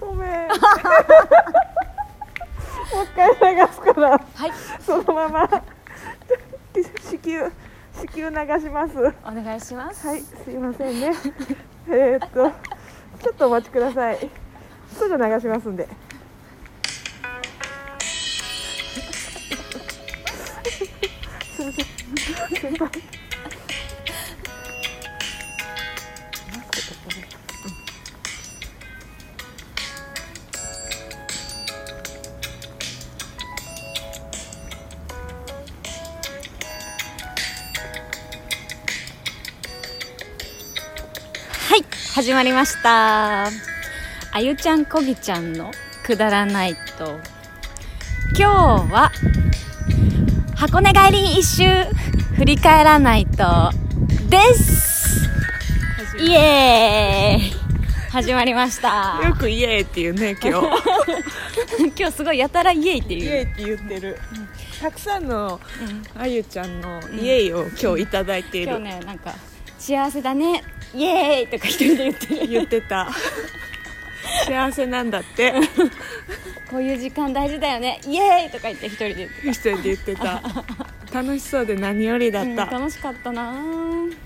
ごめんもう一回流すからはいそのまま子宮子宮流しますはお願いしますいすいませんねえーっとちょっとお待ちくださいすぐ流しますんではい、始まりました。あゆちゃんこぎちゃんのくだらないと。今日は、箱根帰り一周、振り返らないと、ですイエーイ始まりました。よくイエーイっていうね今日今日すごいやたらイエイっ てイいエう。ーイって言ってるたくさんのうんあゆちゃんのイエーイを今日いただいてい今る、日ね、なんか、幸せだね、イエーイとか一人で言ってる。言って た幸せなんだってこういう時間大事だよね、イエーイとか言って一人で言って一人で言ってた楽しそうで何よりだた。った、うん楽しかったなぁ。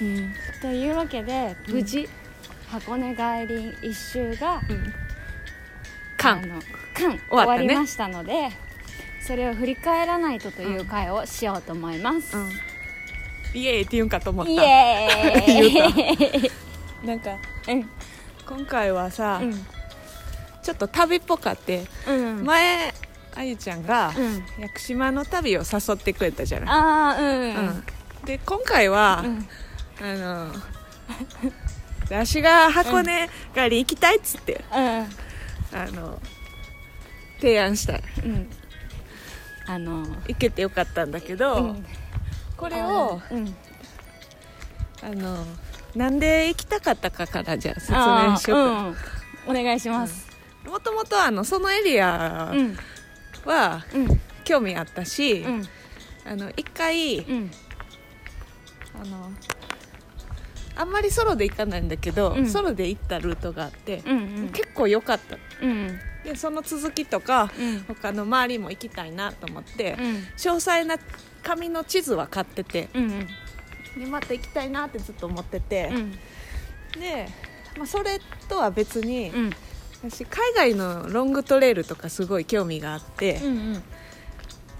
うんというわけで無事、箱根外輪一周がかあん終の完わっ終たわねりましたのでそれを振り返らないとという回をしようと思います、イエーイって言うんかと思ったイエーイなんかうん今回はさ、うんちょっと旅っぽかって、うん、前あゆちゃんがうん、屋久島の旅を誘ってくれたじゃない、あーうん、うんで今回は、うんあの私が箱根帰り行きたいっつって、あの提案したうんうんあの行けてよかったんだけど、うんここれをうんあのなんで行きたかったかからじゃあ説あ明ーしようかうん、お願いしますもともとあのそのエリアうんはうん興味あったし、うんあの一回、うんあのあんまりソロで行かないんだけど、うんソロで行ったルートがあって、うんうん結構良かったうんでその続きとか、うん他の周りも行きたいなと思って、うん詳細な紙の地図は買っててうんでまた行きたいなってずっと思っててう、んで、まあ、それとは別に、うん私海外のロングトレイルとかすごい興味があって、うんうん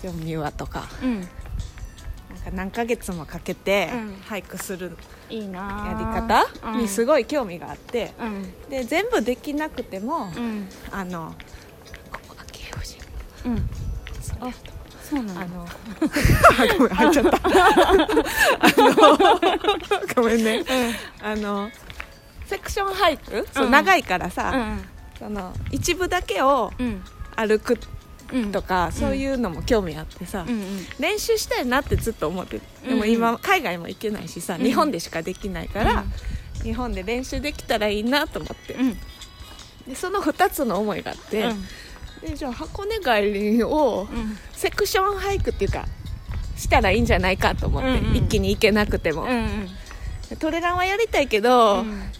ジョンミュアとかうんなんか何ヶ月もかけてうん俳句するいいなやりあ方にすごごい興味があって、うんで全部できなくても、うんあのここが慶応人うんそれそうなあのの ごめん入っちゃった あの ごめんねあのセクション俳句、そううん長いからうさ、んその一部だけをうん歩くうんとか、そういうのも興味あってさ、うんうん練習したいなってずっと思ってでもう今ん海外も行けないしさ、うん日本でしかできないから、日本で練習できたらいいなと思って、うんでその2つの思いがあって、うんでじゃあ箱根帰りをうんセクション俳句っていうかしたらいいんじゃないかと思って、うんうん一気に行けなくても、うんトレランはやりたいけど、うん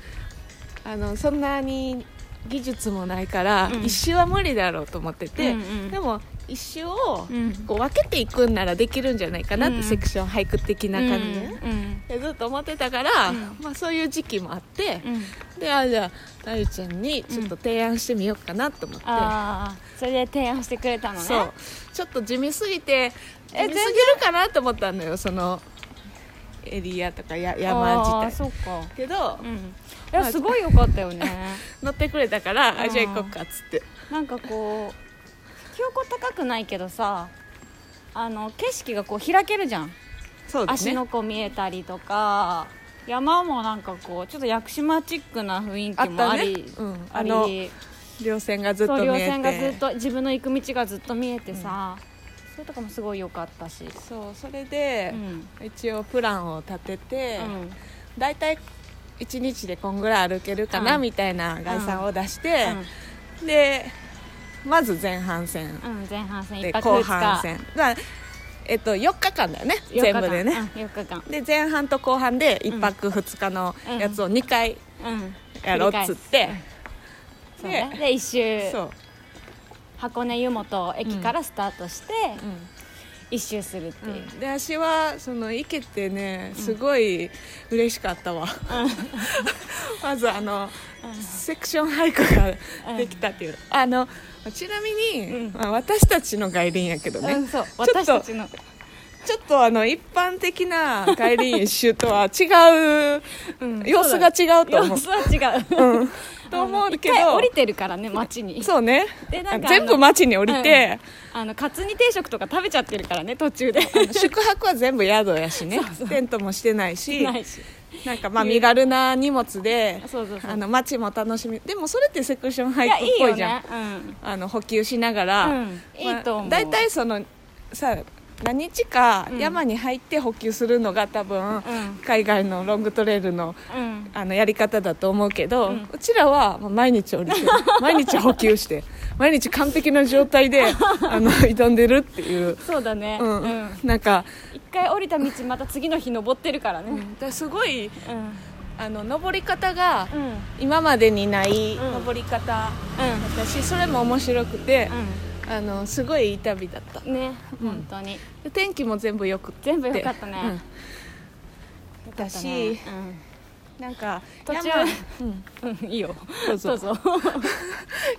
あのそんなに技術もないから、うん一周は無理だろうと思ってて、うんうんでも一周をうんこう分けていくんならできるんじゃないかなって、うんセクション俳句的な感じで、ねうんでずっと思ってたから、うんまあ、そういう時期もあって、うんであじゃああゆちゃんにちょっと提案してみようかなと思って、ああそれで提案してくれたのねそうちょっと地味すぎて地え味すぎるかなと思ったのよそのエリアとかや山あー自体そっかけどうんいやすごい良かったよね乗ってくれたからうあんじゃあ行こっかっつってなんかこう標高高くないけどさあの景色がこう開けるじゃんそうだ芦ねノ湖見えたりとか山もなんかこうちょっと屋久島チックな雰囲気もありあったねうんああのり稜線がずっとそう見稜えて線がずっと自分の行く道がずっと見えてさ、それとかもすごい良かったし、そうそれうで、ん一応プランを立てて、うんだいたい1日でこんぐらい歩けるかな、うんみたいな概算を出して、うでまず前半戦うん、前半戦で一泊後二日半戦だからえっと、4日間だよね四日全間部でね、うん、4日間で前半と後半で1泊2日のやつを2回うんやろうっつって、そうねで一周そう、箱根湯本駅からスタートしてうん一周するっていう、で私はその行けてねすごい嬉しかったわ、 まずあの、セクション俳句ができたっていう、あのちなみに、うんまあ私たちの外輪やけどね、うん、そうょっと私たちのちょっとあの一般的な外輪一周とは違う、うん様子が違うと思様う子は違う、うん、と思うけ一回ど降りてるからね街にそうねでなんかあの全部町に降りて、あのカツ煮定食とか食べちゃってるからね途 中で宿泊は全部宿やし ねテントもしてないしないしなんかまあ身軽な荷物でそうそうそうあの街も楽しみでもそれってセクション俳いや句いっいぽよいじゃんね、うんあの補給しながら、うんいいと思う大体そのさ何日かうん山に入って補給するのが多分、ん海外のロングトレイルのうん、あのやり方だと思うけど、ううんちらはもう毎日降りて 毎日補給して毎日完璧な状態 であの挑んでるっていう、そうだね、ううんんなんか一回降りた道また次の日登ってるからねうんすごいうんあの登り方がうんうん今までにないうん登り方だし、それも面白くて、あのすごいいい旅だったうんね、うん本当にで天気も全部よくて全部良かったねうんよかだったしね、うんなんか途中山うんうんいいよどうぞ どうぞ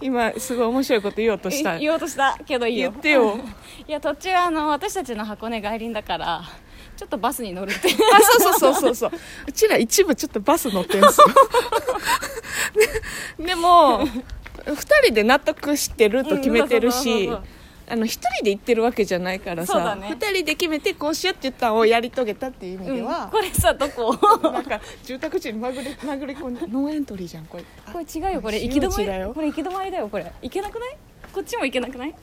今すごい面白いこと言おうとした 言おうとしたけどいいよ言ってよいや途中あの私たちの箱根外輪だからちょっとバスに乗るってあそうそうそうそうそう うちら一部ちょっとバス乗ってんすよ で でも2人で納得してると決めてるし、うんそうそうそうあの1人で行ってるわけじゃないからそうださ、ね二2人で決めてこうしようって言ったのをやり遂げたっていう意味でうんは、これさどこ なんか住宅地にまぐれまぐれ込んでノーエントリーじゃんこれこれ違うよこれ行私き止ま命だよりこれ行き止まりだよこれ行けなくないこっちも行けなくない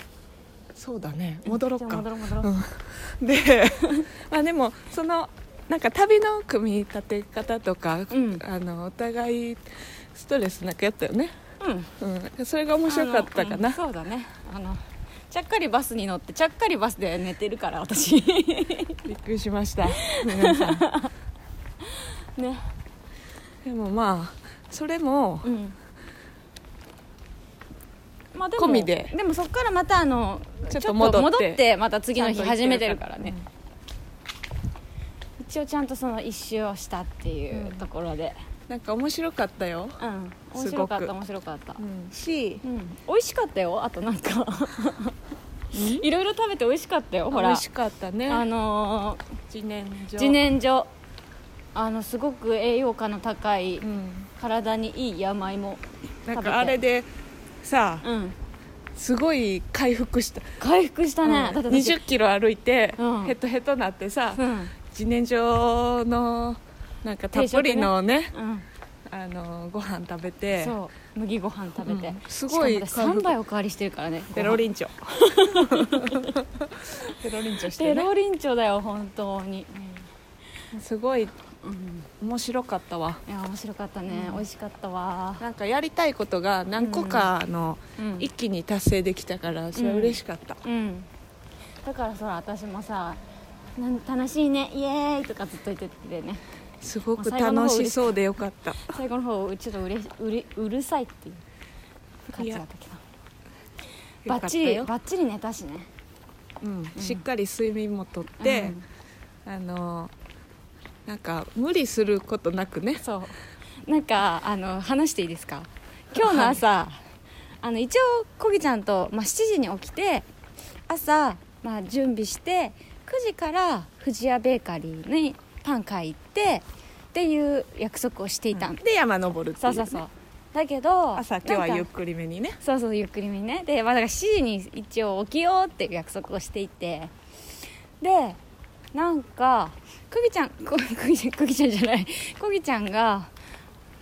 そうだね戻ろっじゃあか戻ろう戻ろう、うんで まあでもそのなんか旅の組み立て方とか、うんあのお互いストレスなくやったよね、うんうん、それが面白かったかあのうんな、そうだねあのちゃっかりバスに乗ってちゃっかりバスで寝てるか ら私びっくりしました皆さんね でもまあそれもうんまあで込みででもそこからまたあのちょっと戻ってまた次の日ちゃんと行って始るめてるからね、一応ちゃんとその一周をしたっていうところでなんか面白かったよ、うん面す白ごくかった面白かったしうん美味しかったよあとなんか いろいろ食べて美味しかったよほ美ら味しかったねあのー自然薯自然薯あのすごく栄養価の高いうん体にいい山芋なんかあれでさうんすごい回復した回復したね、だってうん、私20キロ歩いて、うんヘトヘトなってさ、うん自然薯のなんかたっぷりのねうんあのご飯食べてそう麦ご飯食べて、うんすごいしかも私3杯おかわりしてるからねペロリンチョ ペロリンチョしテてねロリンチョだよ本当に、すごいうん面白かったわいや面白かったね、うん美味しかったわなんかやりたいことが何個かのうん、一気に達成できたからそれは嬉しかった、うん、だからそら私もさなん楽しいねイエーイとかずっと言っててねすごく楽しそうでよかった最後の方ちょっとうれうれうるさいっていう感じだったけどバッチリよかっバッチリ寝たしねたよ、うん、しっかり睡眠もとって、あのなんか無理することなくねうんそうなんかあの話していいですか今日の朝、あの一応こぎちゃんと、まあ、7時に起きて朝、まあ、準備して9時から藤屋ベーカリーにパン買い行ってっていう約束をしていたん、で山登るっていそうそうそうだけど朝今日はゆなっんかくりめにねそうそうゆっくりめにねで、まあ、だから7時に一応起きようっていう約束をしていてでなんかくぎちゃんこくぎちゃんくぎちゃんじゃないこぎちゃんが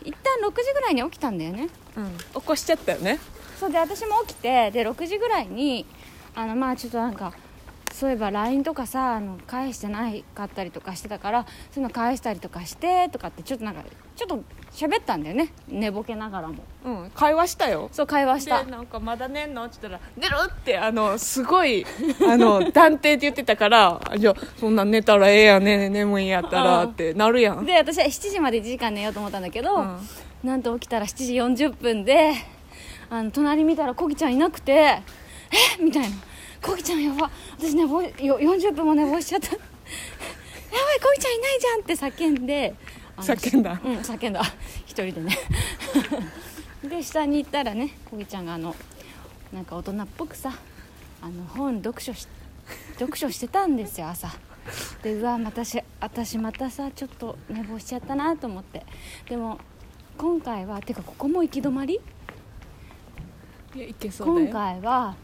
一旦6時ぐらいに起きたんだよね起こしちゃったよねそうで私も起きてで6時ぐらいにあのまあちょっとなんかそういえば LINE とかさあの返してないかったりとかしてたからそういうの返したりとかしてとかってちょっとなんかちょっと喋ったんだよね寝ぼけながらもうん、会話したよそう会話しでたなんかまだ寝んのって言ったら「寝ろ!」ってあのすご いあの断定って言ってたから「じゃあそんなん寝たらええやんね眠いんやったら」ってなるやん、で私は7時まで1時間寝ようと思ったんだけど、うんなんと起きたら7時40分であの隣見たらコキちゃんいなくてえみたいなコキちゃんやば私ねぼよ40分も寝坊しちゃった やばいコキちゃんいないじゃんって叫んであの叫んだうん叫んだ一人でね で下に行ったらねコキちゃんがあのなんか大人っぽくさあの本読書し読書してたんですよ朝でうわまたし私またさちょっと寝坊しちゃったなと思ってでも今回はてかここも行き止まりいやいけそうだよ今回は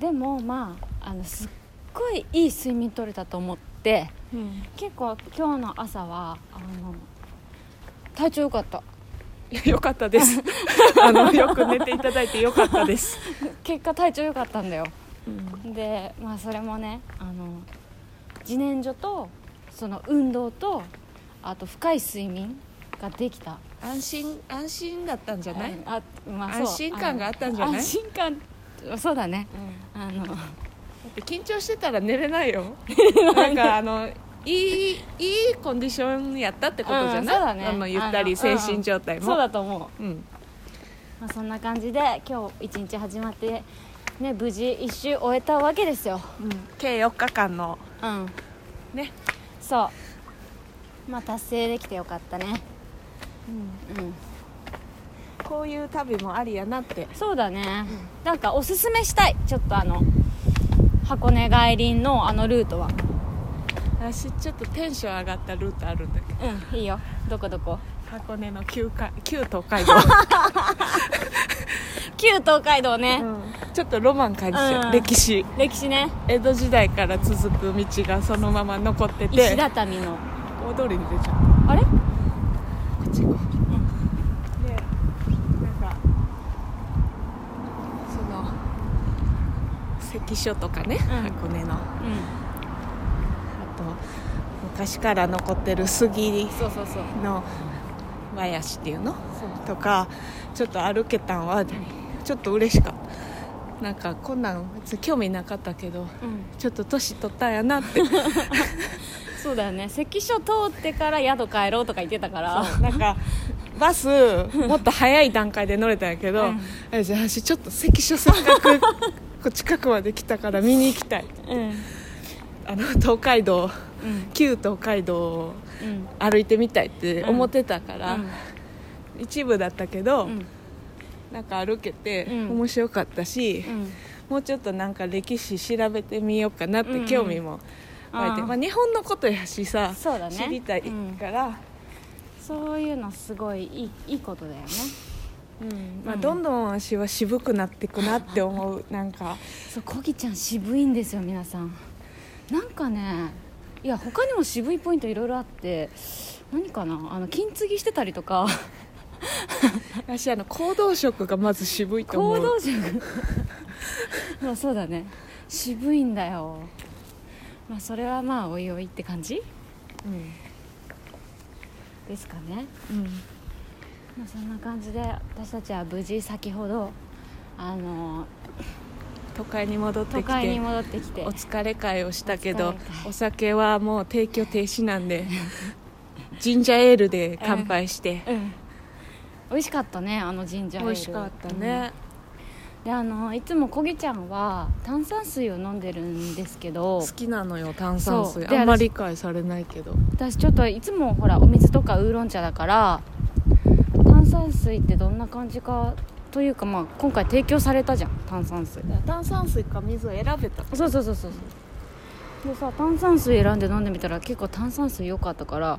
でもまああのすっごいいい睡眠取れたと思ってうん結構今日の朝はあの体調良かったい やよかったです あのよく寝ていただいてよかったです、結果体調良かったんだようんでまあそれもねあの自然薯とその運動とあと深い睡眠ができた安心安心だったんじゃない、あ、まあ、そう安心感があったんじゃないあの安心感そうだねあのだって緊張してたら寝れないよ なんかあのいいいいコンディションやったってことじゃない、うんそうだねあのゆったりあのう精ん神状態もそうだと思う、うんまあ、そんな感じで今日一日始まってね無事一周終えたわけですようん、計4日間のうんね、そうまあ達成できてよかったねうんこういう旅もありやなってそうだね、なんかおすすめしたいちょっとあの箱根外輪のあのルートは私ちょっとテンション上がったルートあるんだけどうんいいよどこどこ箱根の旧か旧東海 道、旧東海道ね、ちょっとロマン感じて、うん歴史歴史ね江戸時代から続く道がそのまま残って石て畳の大通りに出ちゃっあれたこっち行こうでなんかその関所とかね、ん箱根のあうと昔から残ってる杉んそうそうそうの林っていうのそうとかちょっと歩けたんはちょっと嬉しかったなんかこんなん別に興味なかったけどうんちょっと年取ったんやなって そうだよね関所通ってから宿帰ろうとか言ってたからなんかバスもっと早い段階で乗れたんやけど、うんえじゃあ私ちょっと関所せっか くこう近くまで来たから見に行きたいうんうんあの東海道旧東海道をうん歩いてみたいって思ってたから、うん一部だったけど、うんなんか歩けてうん面白かったし、うんもうちょっとなんか歴史調べてみようかなっうんうてん興味も湧いて、あーまあ、日本のことやしさ、そうだね知りたいから、そういうのすごいいいいいことだよねうんまあ、どんどん私は渋くなっていくなって思 うなんかそうこぎちゃん渋いんですよ皆さんなんかねいや他にも渋いポイントいろいろあって何かなあの金継ぎしてたりと か私あの行動色がまず渋いと思行う動力 まあそうだね渋いんだよまあそれはまあおいおいって感じうんですかねうんまあ、そんな感じで私たちは無事先ほどあの都会に戻って都き会にて戻ってきてお疲れ会をしたけどお疲れ会お酒はもう提供停止なんでジンジャーエールで乾杯して、うん美味しかったねあの神社美味しかったね、であのいつもこぎちゃんは炭酸水を飲んでるんですけど好きなのよ炭酸そう水であんまり理解されないけど私ちょっといつもほらお水とかウーロン茶だから炭酸水ってどんな感じかというかまあ今回提供されたじゃん炭酸水炭酸水か水を選べたそうそうそうそうでさ炭酸水選んで飲んでみたら結構炭酸水良かったから、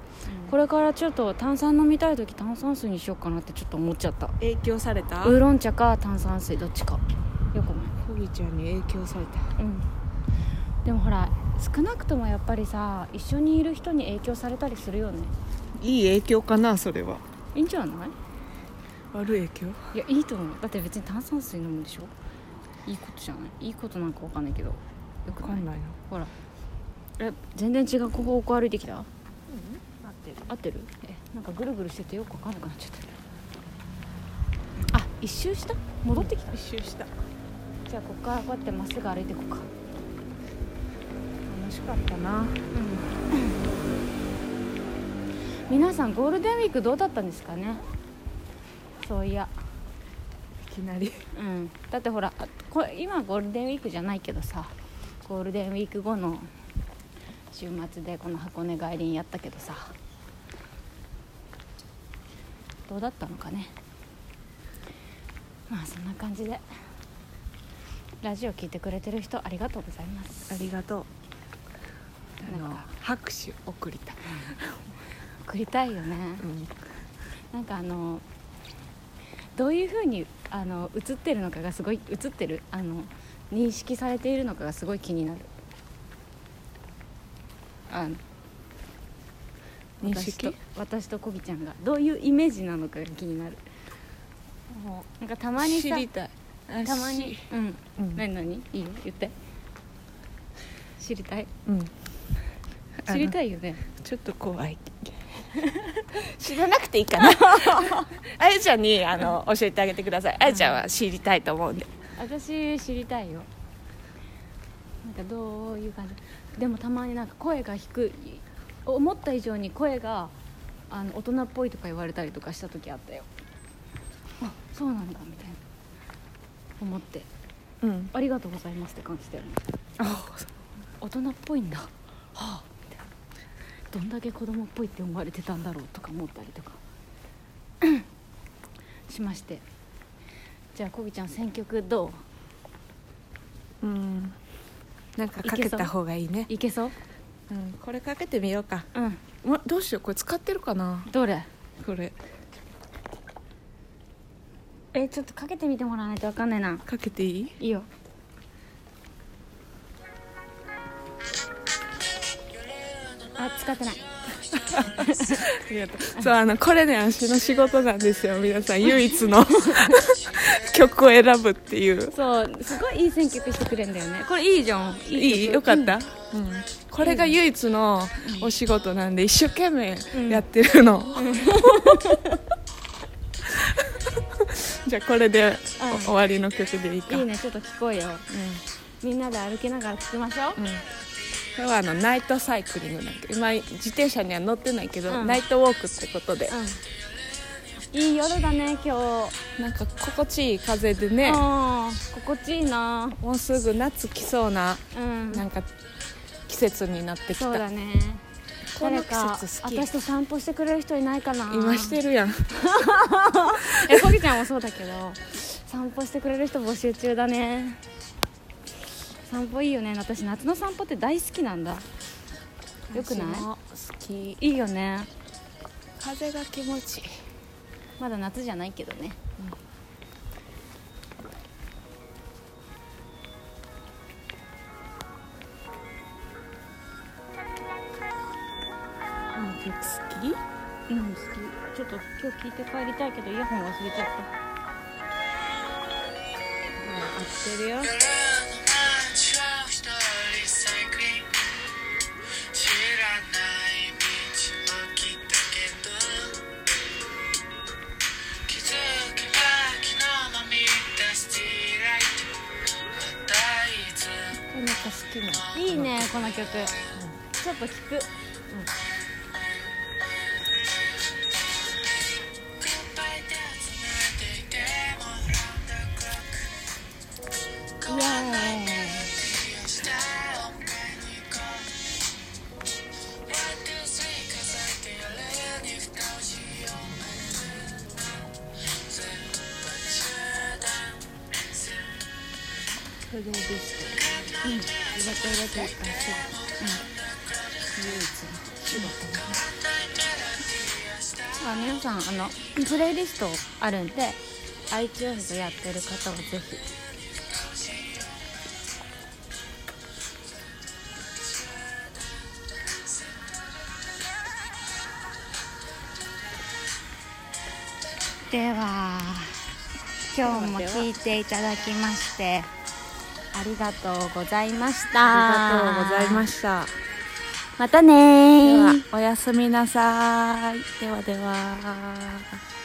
これからちょっと炭酸飲みたい時炭酸水にしようかなってちょっと思っちゃった影響されたウーロン茶か炭酸水どっちかよくなコギちゃんに影響されたいうんでもほら少なくともやっぱりさ一緒にいる人に影響されたりするよねいい影響かなそれはいいんじゃない悪い影響いやいいと思うだって別に炭酸水飲むでしょいいことじゃないいいことなんかわかんないけどよくわなかいんないなほらえ全然違う方向歩いてきた合ってる合ってるえなんかぐるぐるしててよくわかんなくなっちゃったあ一周した戻ってきた、一周したじゃあこっからこうやってまっすぐ歩いていこうか楽しかったな皆さんゴールデンウィークどうだったんですかねそういやいきなりうんだってほらあこれ今ゴールデンウィークじゃないけどさゴールデンウィーク後の週末でこの箱根外輪やったけどさどうだったのかねまあそんな感じでラジオ聞いてくれてる人ありがとうございますありがとうあなんのか拍手送りたい、送りたいよね、うん、なんかあのどういうふうにあの映ってるのかがすごい映ってるあの認識されているのかがすごい気になるあの認私と識私とこぎちゃんがどういうイメージなのかが気になるもなんかたうまに知さりたいあたまにしうんうん何何いいよ言って知りたいうん知りたいいよねちょっと怖い知らなくていいかなあやちゃんにあの教えてあげてくださいあやちゃんは知りたいと思うんで私知りたいよなんかどういう感じでもたまになんか声が低い思った以上に声があの大人っぽいとか言われたりとかした時あったよあそうなんだみたいな思ってうんありがとうございますって感じだよねあ大人っぽいんだはあみたいなどんだけ子供っぽいって思われてたんだろうとか思ったりとか しましてじゃあこぎちゃん選曲どううんなんかかけた方がいいねいけそううん、これかけてみようかうんもどうしようこれ使ってるかなどれこれえちょっとかけてみてもらわないとわかんないなかけていいいいよあ使ってないありがとうそうあのこれね私の仕事なんですよ皆さん唯一の 曲を選ぶっていうそうすごいいい選曲してくれんだよねこれいいじゃんいいい曲よかっうた、んうんこれが唯一のお仕事なんで一生懸命やってるの、 じゃあこれでお終わりの曲でいいかいいねちょっと聞こうようみんなで歩きながら聴きましょう、んうんこれはあのナイトサイクリングなんだけど今自転車には乗ってないけど、うんナイトウォークってことで、うんいい夜だね今日なんか心地いい風でうねん、心地いいなもうすぐ夏来そうなうんなんか季節になってきた、そうだねこの誰季か節好き私と散歩してくれる人いないかな今してるやんえこぎちゃんもそうだけど散歩してくれる人募集中だね散歩いいよね私夏の散歩って大好きなんだよくない私も好きいいよね風が気持ちいいまだ夏じゃないけどね、この曲好うん、好きちょっと今日聞いて帰りたいけどイヤホン忘れちゃっき合ってるよ Daylight. なんか好きなたいいねこの曲、ちょっと聞く Goodbye, that's another day around the clock. イエーイ Style, when you come. What this week is like the land if don't you open フレディスコうん、リバトラというかそううん唯一のあ皆さんあのプレイリストあるんで iTunes でやってる方はぜひでは今日も聞いていただきましてありがとうございましあたりがとうございましたまたねでーはおやすみなさいではでは